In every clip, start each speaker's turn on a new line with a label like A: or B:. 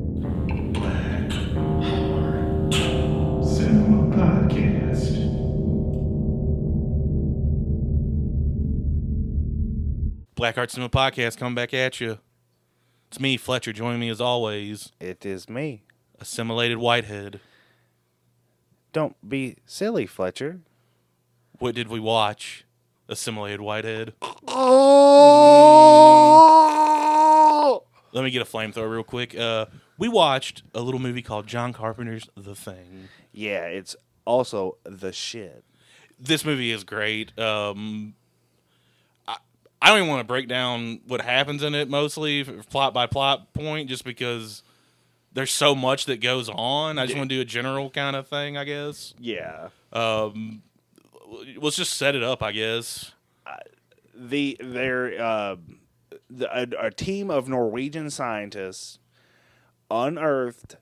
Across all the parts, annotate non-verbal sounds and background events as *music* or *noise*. A: Black Heart Cinema Podcast.
B: Black Heart Cinema Podcast coming back at you. It's me, Fletcher. Joining me as always,
C: It is me.
B: assimilated whitehead.
C: Don't be silly, Fletcher.
B: What did we watch? Assimilated whitehead.
C: Oh!
B: Let me get a flamethrower real quick. Uh, we watched a little movie called John Carpenter's The Thing.
C: Yeah, it's also the shit.
B: This movie is great. Um, I, I don't even want to break down what happens in it mostly, f- plot by plot point, just because there's so much that goes on. I just want to do a general kind of thing, I guess.
C: Yeah.
B: Let's just set it up, I guess.
C: The their uh, the, a, a team of Norwegian scientists unearthed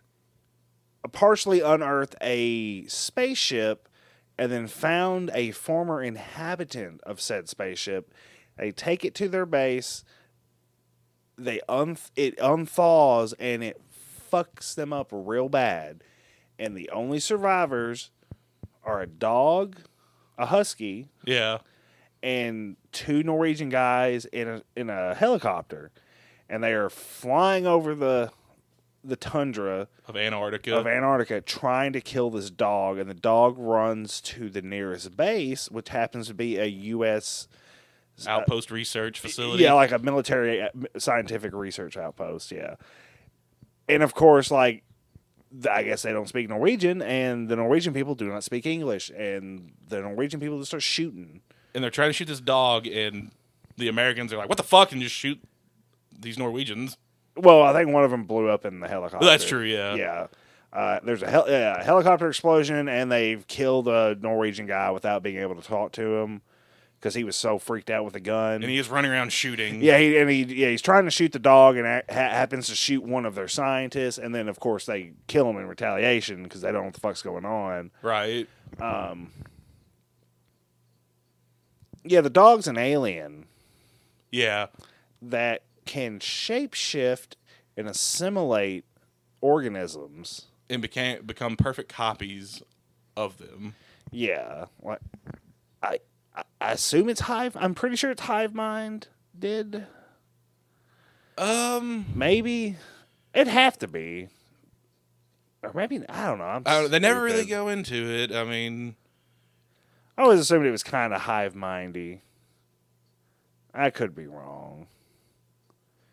C: partially unearthed a spaceship and then found a former inhabitant of said spaceship. They take it to their base. They un it unthaws and it fucks them up real bad. And the only survivors are a dog, a husky,
B: Yeah.
C: and two Norwegian guys in a in a helicopter, and they are flying over the the tundra
B: of Antarctica.
C: of Antarctica trying to kill this dog, and the dog runs to the nearest base, which happens to be a U.S.
B: outpost research facility.
C: Yeah, like a military uh, m- scientific research outpost. Yeah, and of course, like th- I guess they don't speak Norwegian, and the Norwegian people do not speak English, and the Norwegian people just start shooting.
B: and they're trying to shoot this dog, and the Americans are like, "What the fuck?" and just shoot these Norwegians.
C: Well, I think one of them blew up in the helicopter.
B: That's true, yeah.
C: Yeah. Uh, there's a hel- yeah, helicopter explosion, and they've killed a Norwegian guy without being able to talk to him because he was so freaked out with a gun.
B: And he is running around shooting.
C: yeah, he, and he yeah he's trying to shoot the dog, and ha- happens to shoot one of their scientists, and then of course they kill him in retaliation because they don't know what the fuck's going on.
B: Right.
C: Yeah, the dog's an alien
B: Yeah.
C: that can shapeshift and assimilate organisms.
B: And became become perfect copies of them.
C: Yeah, like I, I I assume it's Hive. I'm pretty sure it's Hive Mind. Did
B: Um,
C: maybe it'd have to be, or maybe I don't know. I'm
B: I don't- they never really
C: stupid.
B: go into it. I mean,
C: I always assumed it was kind of Hive Mindy. I could be wrong,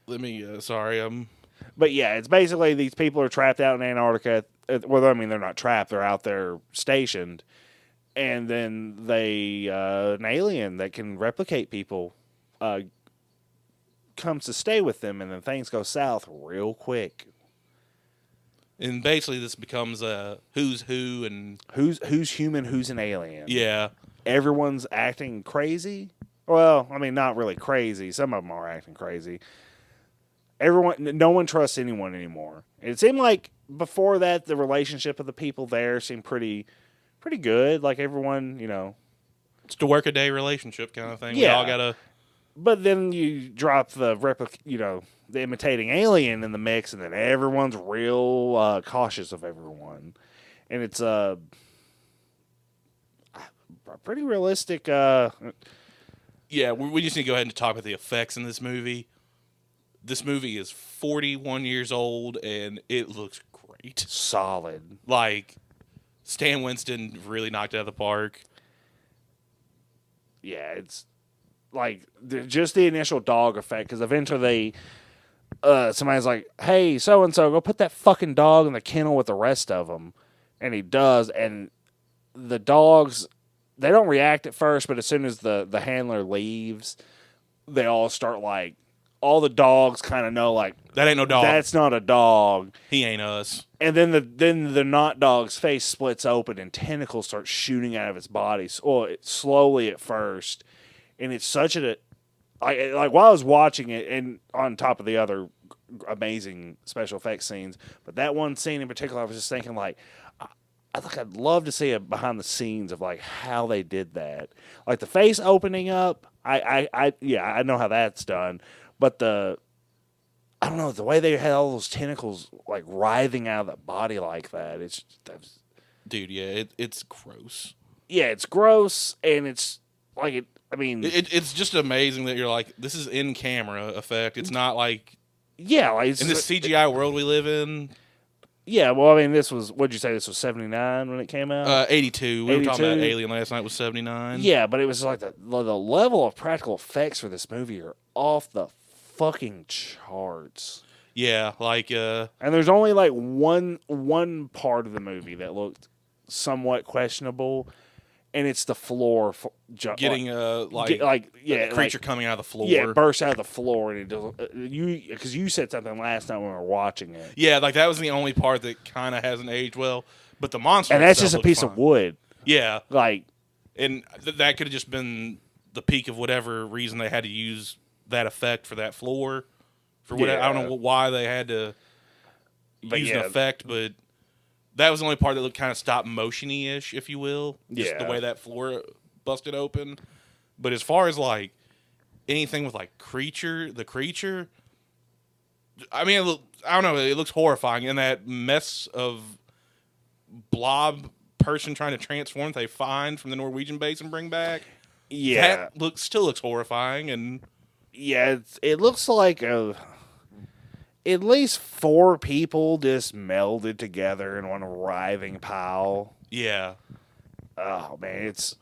B: let me. Uh, sorry, um,
C: but yeah, it's basically these people are trapped out in Antarctica. Uh, Well, I mean, they're not trapped; they're out there stationed, and then they uh, an alien that can replicate people uh, comes to stay with them, and then things go south real quick.
B: and basically this becomes a who's who, and
C: Who's who's human? Who's an alien?
B: yeah,
C: everyone's acting crazy. Well, I mean, not really crazy. Some of them are acting crazy. Everyone, n- no one trusts anyone anymore. It seemed like before that, the relationship of the people there seemed pretty, pretty good. Like everyone, you know.
B: it's a work a day relationship kind of thing. We
C: Yeah.
B: all gotta.
C: But then you drop the replic, you know, the imitating alien in the mix, and then everyone's real uh, cautious of everyone, and it's a uh, pretty realistic. Uh,
B: Yeah, we, we just need to go ahead and talk about the effects in this movie. This movie is 41 years old and it looks great.
C: solid.
B: Like, Stan Winston really knocked it out of the park.
C: yeah, it's like the, just the initial dog effect because eventually they, uh, somebody's like, "Hey, so and so, go put that fucking dog in the kennel with the rest of them," and he does, and the dogs they don't react at first, but as soon as the the handler leaves, they all start like all the dogs kind of know like
B: That ain't no dog.
C: that's not a dog,
B: he ain't us.
C: and then the then the not dog's face splits open and tentacles start shooting out of its body. So, well, it, slowly at first, and it's such a I like while I was watching it, and on top of the other amazing special effects scenes, but that one scene in particular, I was just thinking like. I- I think I'd love to see a behind the scenes of like how they did that, like the face opening up. I, I, I yeah, I know how that's done, but the don't know the way they had all those tentacles like writhing out of the body like that. It's that's,
B: dude. Yeah, it, it's gross.
C: yeah, it's gross and it's like it. I mean,
B: It, it, it's just amazing that you're like, this is in camera effect. It's not like
C: yeah, like it's,
B: in this CGI world we live in.
C: yeah. Well, I mean, this was what'd you say? This was seventy nine when it came out.
B: Uh, 82. We were talking about
C: 82.
B: Alien last night was 79.
C: yeah, but it was like the the the level of practical effects for this movie are off the fucking charts.
B: Yeah, like uh,
C: And there's only like one one part of the movie that looked somewhat questionable, and it's the floor f- ju-
B: getting uh
C: like,
B: like,
C: get- like yeah
B: a creature
C: like,
B: coming out of the floor.
C: yeah it bursts out of the floor and it does, uh, you because you said something last night when we were watching it,
B: Yeah, like that was the only part that kind of hasn't aged well. But the monster
C: and that's
B: itself
C: just a
B: looks
C: piece
B: fine.
C: of wood.
B: Yeah,
C: Like
B: and th- that could have just been the peak of whatever reason they had to use that effect for that floor. For what I don't
C: Yeah.
B: know why they had to
C: But
B: use
C: yeah.
B: an effect, but that was the only part that looked kind of stop motiony ish, if you will. Just the
C: Yeah.
B: way that floor busted open. But as far as like anything with like creature, the creature, I mean, it look, I don't know. It looks horrifying, and that mess of blob person trying to transform that they find from the Norwegian base and bring back.
C: yeah,
B: that looks still looks horrifying, and
C: yeah, it's, it looks like a. At least four people just melded together in one writhing pile.
B: yeah.
C: Oh man, it's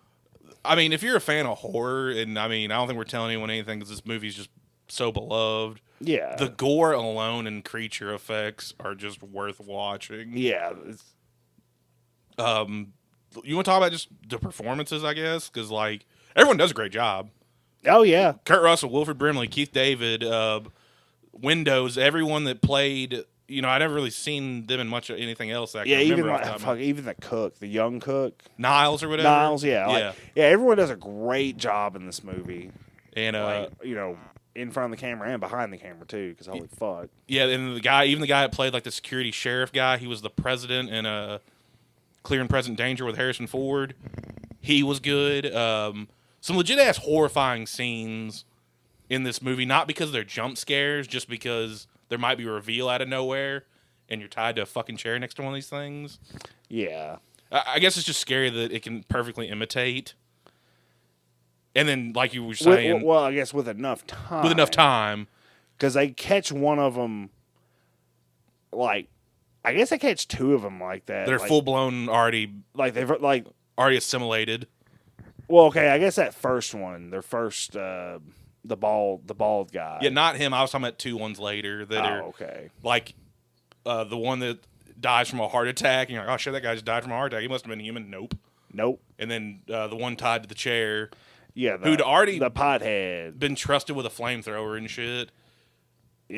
B: I mean, if you're a fan of horror, and I mean, I don't think we're telling anyone anything because this movie's just so beloved.
C: yeah.
B: The gore alone and creature effects are just worth watching.
C: yeah, it's,
B: Um, you want to talk about just the performances, I guess, because like everyone does a great job.
C: oh yeah,
B: Kurt Russell, Wilfred Brimley, Keith David, uh, Windows, everyone that played. You know, I never really seen them in much of anything else. That I can
C: Yeah, even
B: remember off the
C: like
B: top of my-
C: fuck, even the cook, the young cook,
B: Niles or whatever.
C: Niles. Yeah, like-
B: yeah,
C: yeah. Everyone does a great job in this movie.
B: and uh,
C: Like you know, in front of the camera and behind the camera too. Because holy fuck,
B: yeah, and the guy, even the guy that played like the security sheriff guy, he was the president in uh, Clear and Present Danger with Harrison Ford. He was good. Um, some legit ass horrifying scenes in this movie, not because they're jump scares, just because there might be a reveal out of nowhere, and you're tied to a fucking chair next to one of these things.
C: yeah,
B: I I guess it's just scary that it can perfectly imitate. And then, like you were
C: With-
B: saying, with,
C: well, I guess with enough time,
B: enough time,
C: because they catch one of them, like. I guess they catch two of them like that.
B: they're
C: like,
B: full blown already
C: Like they've like,
B: already assimilated.
C: well, okay. I guess that first one, their first, uh, the bald, the bald guy.
B: Yeah, not him. I was talking about two ones later that are
C: oh, okay.
B: like uh, the one that dies from a heart attack, and you're like, oh shit, that guy just died from a heart attack. He must have been human. Nope.
C: Nope.
B: And then uh, the one tied to the chair,
C: Yeah, the,
B: Who'd already-
C: the pothead.
B: been trusted with a flamethrower and shit. 'Cause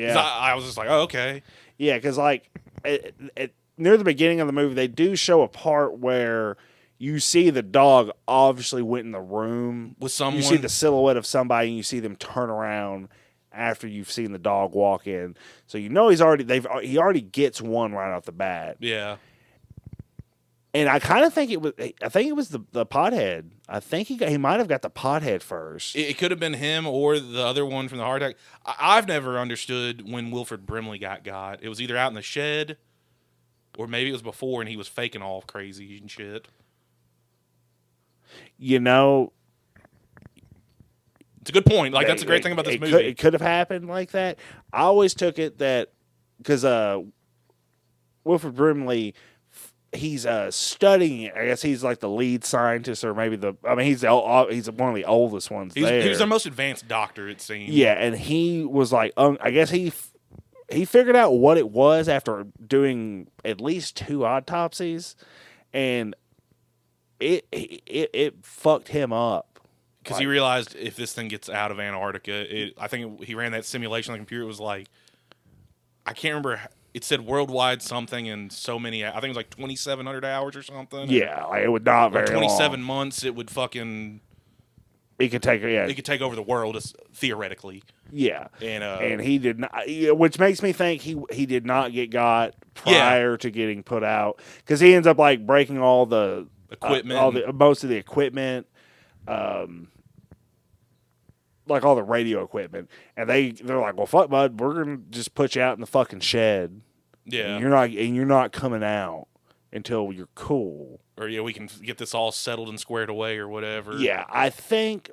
C: Yeah,
B: I, I was just like, oh okay,
C: Yeah, because like at, at, near the beginning of the movie, they do show a part where you see the dog obviously went in the room.
B: with someone.
C: You see the silhouette of somebody, and you see them turn around after you've seen the dog walk in. So you know he's already they've he already gets one right off the bat.
B: yeah,
C: And I kind of think it was I think it was the the pothead. I think he got, he might have got the pothead first.
B: it, it could have been him or the other one from the heart attack. I, I've never understood when Wilfred Brimley got got. It was either out in the shed, or maybe it was before, and he was faking all crazy and shit.
C: you know,
B: It's a good point. Like that's
C: It-
B: the great
C: it-
B: thing about this
C: it
B: movie.
C: Could, it could have happened like that. I always took it that because uh, Wilfred Brimley, f- he's uh studying. it. I guess he's like the lead scientist, or maybe the. I mean, he's the, ol- ol- he's one of the oldest ones
B: He was,
C: there.
B: he was their most advanced doctor, it seems.
C: yeah, and he was like, um, I guess he. f- He figured out what it was after doing at least two autopsies, and it it it fucked him up.
B: because he realized if this thing gets out of Antarctica, it, I think it, he ran that simulation on the computer. It was like, I can't remember. h- It said worldwide something and so many. I think it was like twenty seven hundred hours or something.
C: Yeah, like it would not very
B: twenty
C: long.
B: seven months. It would fucking.
C: It could take yeah,
B: It could take over the world as- theoretically,
C: yeah.
B: and uh,
C: and he did not, yeah, which makes me think he he did not get got prior to getting put out because he ends up like breaking all the uh,
B: equipment.
C: all the most of the equipment. Um, like all the radio equipment, and they they're like, "Well, fuck, bud, we're gonna just put you out in the fucking shed.
B: Yeah.
C: And you're not and you're not coming out until you're cool."
B: or yeah, we can get this all settled and squared away or whatever.
C: Yeah, I think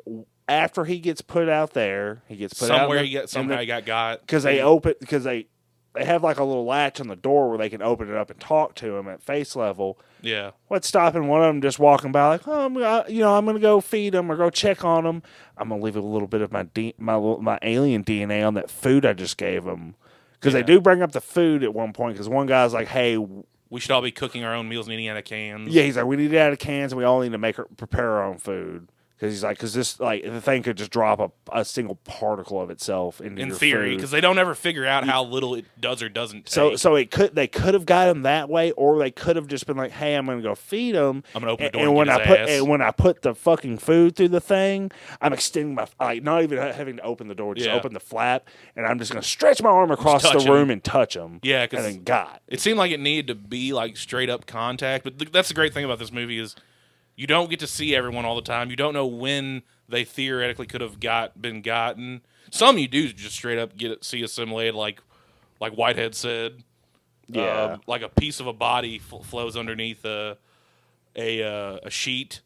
C: after he gets put out there, he gets put out
B: somewhere
C: in the-
B: he got
C: in the
B: somehow he got got
C: because they open because they they have like a little latch on the door where they can open it up and talk to him at face level.
B: yeah
C: What's stopping one of them just walking by like, oh, I'm, I, you know, I'm gonna go feed him or go check on him. I'm gonna leave a little bit of my D, my little- my alien DNA on that food I just gave him because
B: Yeah.
C: they do bring up the food at one point because one guy's like, hey, w-
B: we should all be cooking our own meals and eating out of cans.
C: yeah, he's like, we need it out of cans and we all need to make her prepare our own food. Because he's like, because this like the thing could just drop a, a single particle of itself into
B: in
C: your
B: theory,
C: food.
B: because they don't ever figure out how little it does or doesn't. Take.
C: So so it could they could have got him that way, or they could have just been like, "Hey, I'm gonna go feed him."
B: I'm gonna open the
C: and,
B: door
C: and
B: and
C: when
B: get
C: I
B: his
C: put
B: ass.
C: and when I put the fucking food through the thing, I'm extending my like not even having to open the door, just
B: Yeah.
C: open the flap, and I'm just gonna stretch my arm across the
B: touch him.
C: room and touch him.
B: Yeah, 'cause-
C: and then God,
B: it seemed like it needed to be like straight up contact. But th- that's the great thing about this movie is you don't get to see everyone all the time. You don't know when they theoretically could have got been gotten. Some you do just straight up get see assimilated, like like Whitehead said.
C: Yeah.
B: Um, like a piece of a body fl- flows underneath a a uh, a sheet.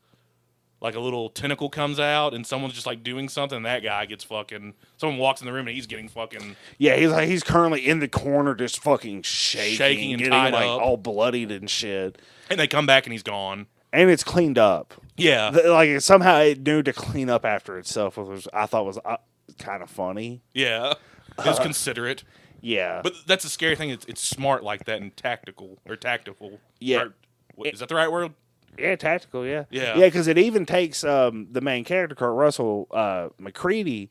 B: Like a little tentacle comes out and someone's just like doing something. That guy gets fucking. Someone walks in the room and he's getting fucking.
C: yeah, he's like he's currently in the corner, just fucking shaking,
B: Shaking and
C: getting
B: tied
C: like
B: up.
C: all bloodied and shit,
B: And they come back and he's gone.
C: and it's cleaned up.
B: Yeah.
C: Th- Like it, somehow it knew to clean up after itself, which I thought was uh, kind of funny.
B: Yeah. It
C: Uh,
B: was considerate.
C: Yeah,
B: But that's the scary thing. It's, it's smart like that and tactical or tactical.
C: Yeah.
B: Or, what- is that the right word?
C: Yeah, tactical. Yeah,
B: Yeah.
C: yeah. Because it even takes um, the main character, Kurt Russell, uh, McCready.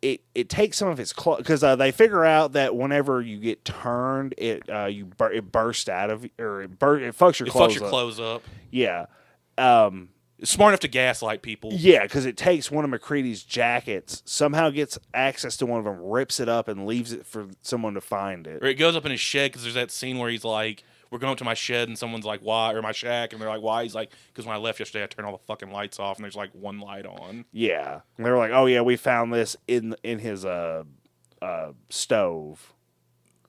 C: It it takes some of his clothes because uh, they figure out that whenever you get turned, it uh, you bur- it bursts out of or it bur- it fucks your
B: It
C: clothes.
B: fucks your
C: up.
B: clothes up.
C: Yeah, um,
B: It's smart enough to gaslight people.
C: yeah. Because it takes one of McCready's jackets, somehow gets access to one of them, rips it up, and leaves it for someone to find it.
B: Or it goes up in his shed because there's that scene where he's like, we're going up to my shed and someone's like, why? Or my shack. And they're like, why? He's like, because when I left yesterday, I turned all the fucking lights off and there's like one light on.
C: Yeah, and they were like, "Oh yeah, we found this in in his uh uh stove."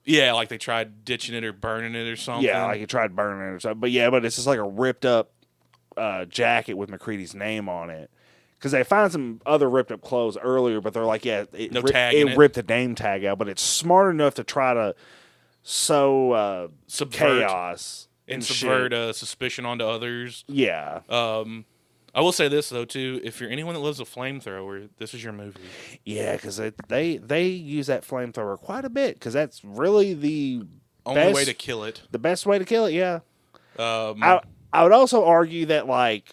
B: Yeah. Like they tried ditching it or burning it or something.
C: Yeah, like he tried burning it or something. But yeah, but it's just like a ripped up uh, jacket with McCready's name on it. Because they find some other ripped up clothes earlier, but they're like, yeah, it,
B: No
C: ri-
B: tag
C: it,
B: in it.
C: ripped the name tag out. But it's smart enough to try to sow uh,
B: subvert
C: chaos
B: and
C: shit.
B: subvert uh, suspicion onto others.
C: Yeah,
B: Um, I will say this though too: if you're anyone that loves a flamethrower, this is your movie.
C: yeah, because they they use that flamethrower quite a bit because that's really the
B: Only
C: Best-
B: way to kill it.
C: the best way to kill it. Yeah,
B: Um,
C: I I would also argue that like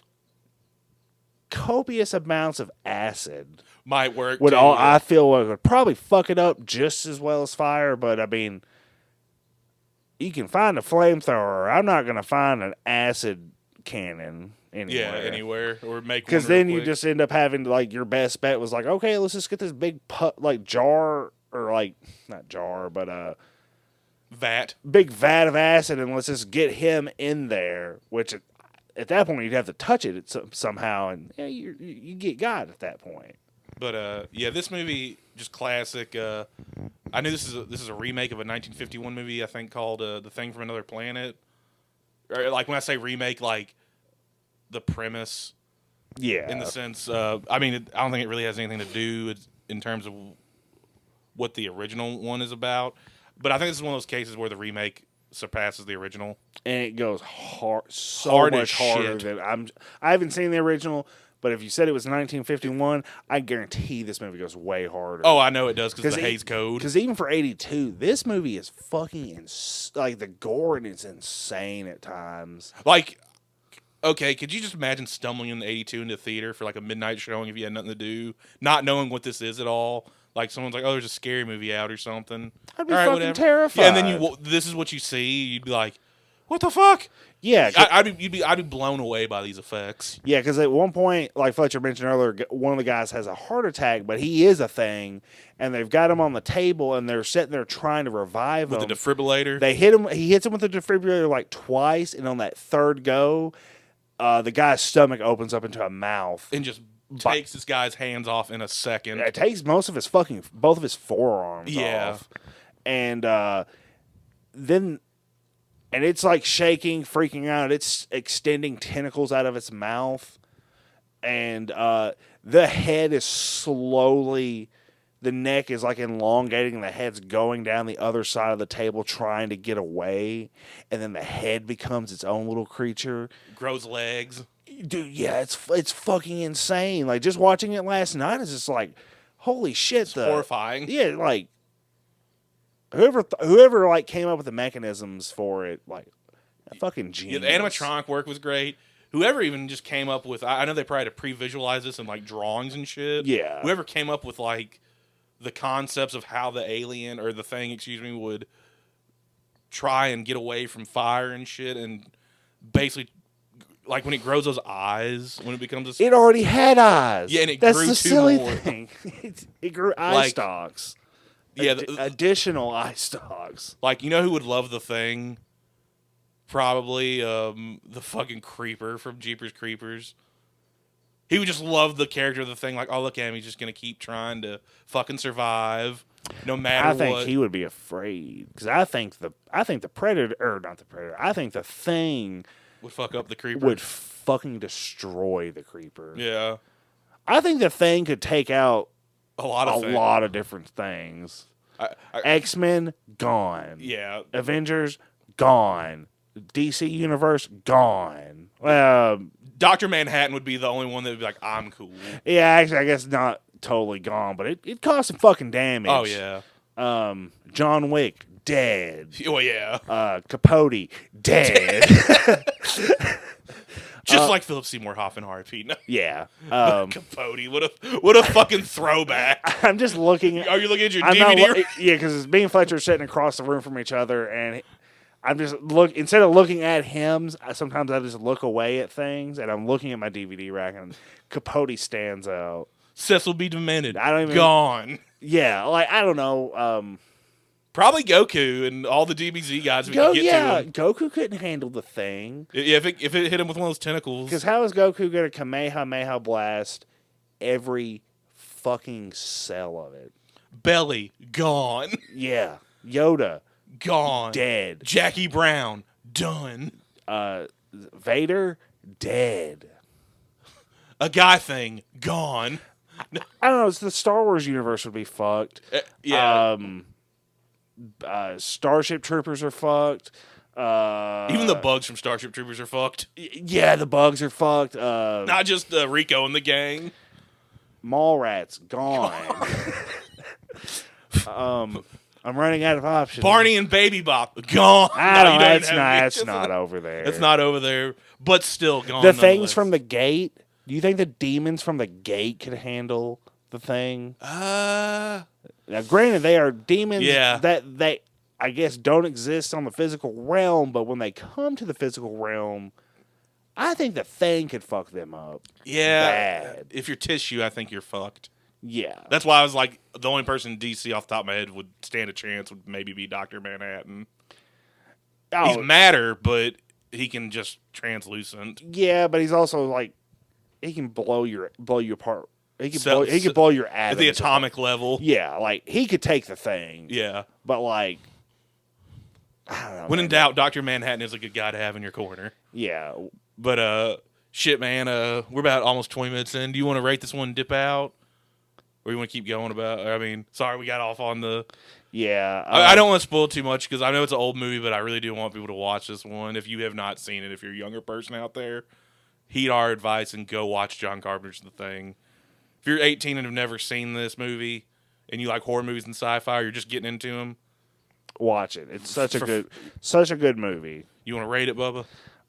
C: copious amounts of acid
B: might work. uh,
C: would
B: too.
C: all I feel like would probably fuck it up just as well as fire, but I mean you can find a flamethrower. I'm not gonna find an acid cannon
B: yeah,
C: anywhere.
B: anywhere or make
C: Because
B: one real
C: then you
B: quick.
C: just end up having like your best bet was like, okay, let's just get this big put like jar or like not jar, but uh
B: vat.
C: big vat of acid and let's just get him in there, which at- at that point you'd have to touch it some- somehow and yeah, you you- you get God at that point.
B: But uh, yeah, this movie just classic. Uh, I knew this is a, this is a remake of a 1951 movie I think called uh, "The Thing from Another Planet." Or, like when I say remake, like the premise
C: Yeah.
B: in the sense uh, i mean it, i don't think it really has anything to do with- in terms of what the original one is about but i think this is one of those cases where the remake surpasses the original
C: and it goes hard, so
B: Hard as
C: much harder
B: shit.
C: than I'm. I haven't seen the original, but if you said it was 1951, I guarantee this movie goes way harder.
B: oh i know it does because
C: 'Cause
B: the
C: it-
B: hayes code
C: because even for 82, this movie is fucking ins- like the gore and it's insane at times.
B: like okay could you just imagine stumbling in the 82 into theater for like a midnight showing if you had nothing to do not knowing what this is at all like someone's like oh there's a scary movie out or something
C: I'd be
B: All right,
C: fucking
B: whatever.
C: terrified.
B: yeah, and then you wa- this is what you see you'd be like what the fuck
C: yeah, 'cause-
B: I, i'd be you'd be i'd be blown away by these effects
C: Yeah, because at one point, like Fletcher mentioned earlier, g- one of the guys has a heart attack, but he is a thing, and they've got him on the table, and they're sitting there trying to revive
B: with
C: him.
B: the defibrillator
C: They hit him. He hits him with the defibrillator like twice, and on that third go, uh, the guy's stomach opens up into a mouth,
B: and just
C: Bi-
B: takes this guy's hands off in a second.
C: it takes most of his fucking both of his forearms
B: Yeah.
C: off. And uh then and it's like shaking, freaking out. It's extending tentacles out of its mouth. And uh the head is slowly the neck is like elongating, the head's going down the other side of the table trying to get away, and then the head becomes its own little creature
B: Grows legs.
C: dude yeah it's it's fucking insane like just watching it last night is just like holy shit the,
B: horrifying.
C: yeah like whoever th- whoever like came up with the mechanisms for it like a fucking
B: Yeah,
C: genius
B: the animatronic work was great. Whoever even just came up with, I I know they probably had to pre-visualize this in like drawings and shit.
C: Yeah.
B: Whoever came up with like the concepts of how the alien or the thing, excuse me, would try and get away from fire and shit, and basically, like when it grows those eyes, when it becomes a,
C: it already had eyes
B: Yeah, and it
C: that's
B: grew
C: the
B: two
C: silly
B: more.
C: thing *laughs* it, it grew eye
B: Like-
C: stalks
B: yeah,
C: Ad-
B: the- uh,
C: additional eye stalks
B: like you know who would love the thing, probably um, the fucking creeper from Jeepers Creepers. He would just love the character of the thing. Like, oh look at him, he's just gonna keep trying to fucking survive, no matter
C: I think
B: what.
C: he would be afraid because I think the I think the predator or not the predator I think the thing
B: would fuck up the creeper.
C: would fucking destroy the creeper.
B: yeah,
C: I think the thing could take out
B: a lot
C: a
B: of things.
C: lot of different things.
B: I, I,
C: X Men gone.
B: yeah,
C: Avengers gone. DC Universe gone. Um, Well,
B: Doctor Manhattan would be the only one that would be like, I'm cool.
C: yeah, actually, I guess not totally gone, but it, it caused some fucking damage.
B: Oh yeah,
C: Um, John Wick dead.
B: oh yeah.
C: Uh, Capote
B: *laughs*
C: dead. *laughs*
B: Just like Philip Seymour Hoffman, *laughs* RIP. No,
C: yeah.
B: *laughs*
C: Um,
B: Capote. What a what a fucking throwback.
C: I'm just looking.
B: Are you looking at your
C: I'm not.
B: DVD?
C: lo- yeah, because me and Fletcher are sitting across the room from each other, and I'm just look instead of looking at him. I, sometimes I just look away at things, and I'm looking at my DVD rack, and Capote stands out.
B: Cecil B. Demented.
C: I don't even-
B: gone.
C: Yeah, like I don't know. Um,
B: Probably Goku and all the DBZ guys. We
C: Go,
B: could get
C: yeah,
B: to him.
C: Goku couldn't handle the thing
B: Yeah, if it, if it hit him with one of those tentacles,
C: because how is Goku gonna Kamehameha blast every fucking cell of it?
B: belly gone, *laughs*
C: Yeah, Yoda
B: gone.
C: dead,
B: Jackie Brown done.
C: uh, Vader dead.
B: A guy thing gone.
C: I don't know. It's the Star Wars universe would be fucked.
B: Uh, yeah,
C: Um, uh, Starship Troopers are fucked. Uh,
B: even the bugs from Starship Troopers are fucked.
C: y- yeah, the bugs are fucked. Uh,
B: Not just uh, Rico and the gang.
C: mall rats gone. *laughs* um, I'm running out of options.
B: Barney and Baby Bop gone. *laughs* No,
C: I don't
B: you
C: know. It's
B: have
C: not.
B: any.
C: It's not over there.
B: It's not over there, but still gone.
C: The things
B: nonetheless.
C: from the gate. Do you think the demons from the gate could handle the thing?
B: Uh,
C: Now, granted, they are demons
B: Yeah.
C: that they, I guess, don't exist on the physical realm, but when they come to the physical realm, I think the thing could fuck them up.
B: yeah.
C: Bad.
B: If you're tissue, I think you're fucked.
C: Yeah.
B: That's why I was like, the only person in DC off the top of my head would stand a chance would maybe be Doctor Manhattan. He's
C: Oh,
B: madder, but he can just translucent.
C: yeah, but he's also like, he can blow your blow you apart. He can
B: So-
C: blow. He
B: so-
C: can blow your
B: At
C: atoms.
B: the atomic level.
C: Yeah, like he could take the thing.
B: Yeah.
C: But like, I don't know.
B: When in
C: man.
B: doubt, Doctor Manhattan is a good guy to have in your corner.
C: yeah,
B: But uh shit man, uh we're about almost twenty minutes in. Do you want to rate this one and dip out? Or you want to keep going about I mean, sorry we got off on the
C: yeah.
B: I, I
C: uh,
B: don't want to spoil too much because I know it's an old movie, but I really do want people to watch this one. If you have not seen it, if you're a younger person out there, heed our advice and go watch John Carpenter's The Thing. If you're 18 and have never seen this movie and you like horror movies and sci-fi, or you're just getting into them,
C: watch it. It's such a
B: For-
C: good, such a good movie.
B: you want to rate it, Bubba?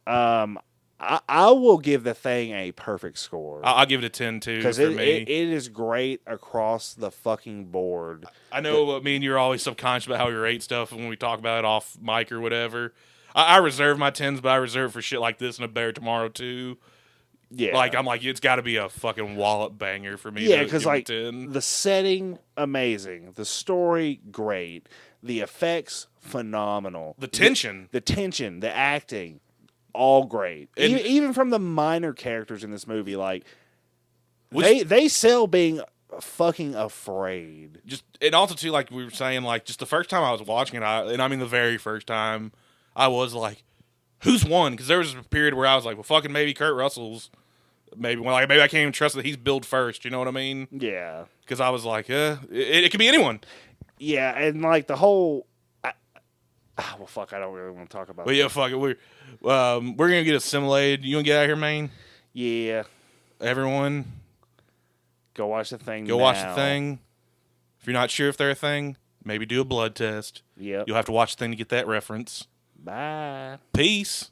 C: Um, I, I will give the thing a perfect score
B: I- I'll give it a 10 too for
C: because it,
B: me.
C: it, it is great across the fucking board.
B: I know uh, me and you're always subconscious about how we rate stuff and when we talk about it off mic or whatever. I, I reserve my tens, but I reserve for shit like this and a bear tomorrow too.
C: Yeah,
B: Like I'm like it's got to be a fucking wallop banger for me.
C: yeah,
B: because
C: because like
B: ten.
C: the setting amazing, the story great, the effects phenomenal,
B: the tension.
C: the tension, the acting, all great. E-,
B: And-
C: even, even from the minor characters in this movie, like
B: Which-
C: they they sell being fucking afraid.
B: just and also too like we were saying like just the first time I was watching it I, and I mean the very first time I was like who's won because there was a period where I was like well fucking maybe Kurt Russell's maybe well, like maybe I can't even trust that he's billed first you know what I mean
C: Yeah.
B: because I was like yeah it, it could be anyone
C: Yeah, and like the whole I, ah, well fuck, I don't really want to talk about
B: but
C: it.
B: yeah fuck it we're um, we're gonna get assimilated you gonna get out of here man
C: Yeah.
B: everyone
C: Go watch the thing.
B: go watch the
C: now.
B: thing if you're not sure if they're a thing maybe do a blood test
C: Yep.
B: you'll have to watch the thing to get that reference
C: Bye.
B: peace.